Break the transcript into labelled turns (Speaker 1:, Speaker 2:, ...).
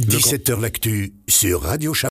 Speaker 1: 17h L'actu sur Radio Chat.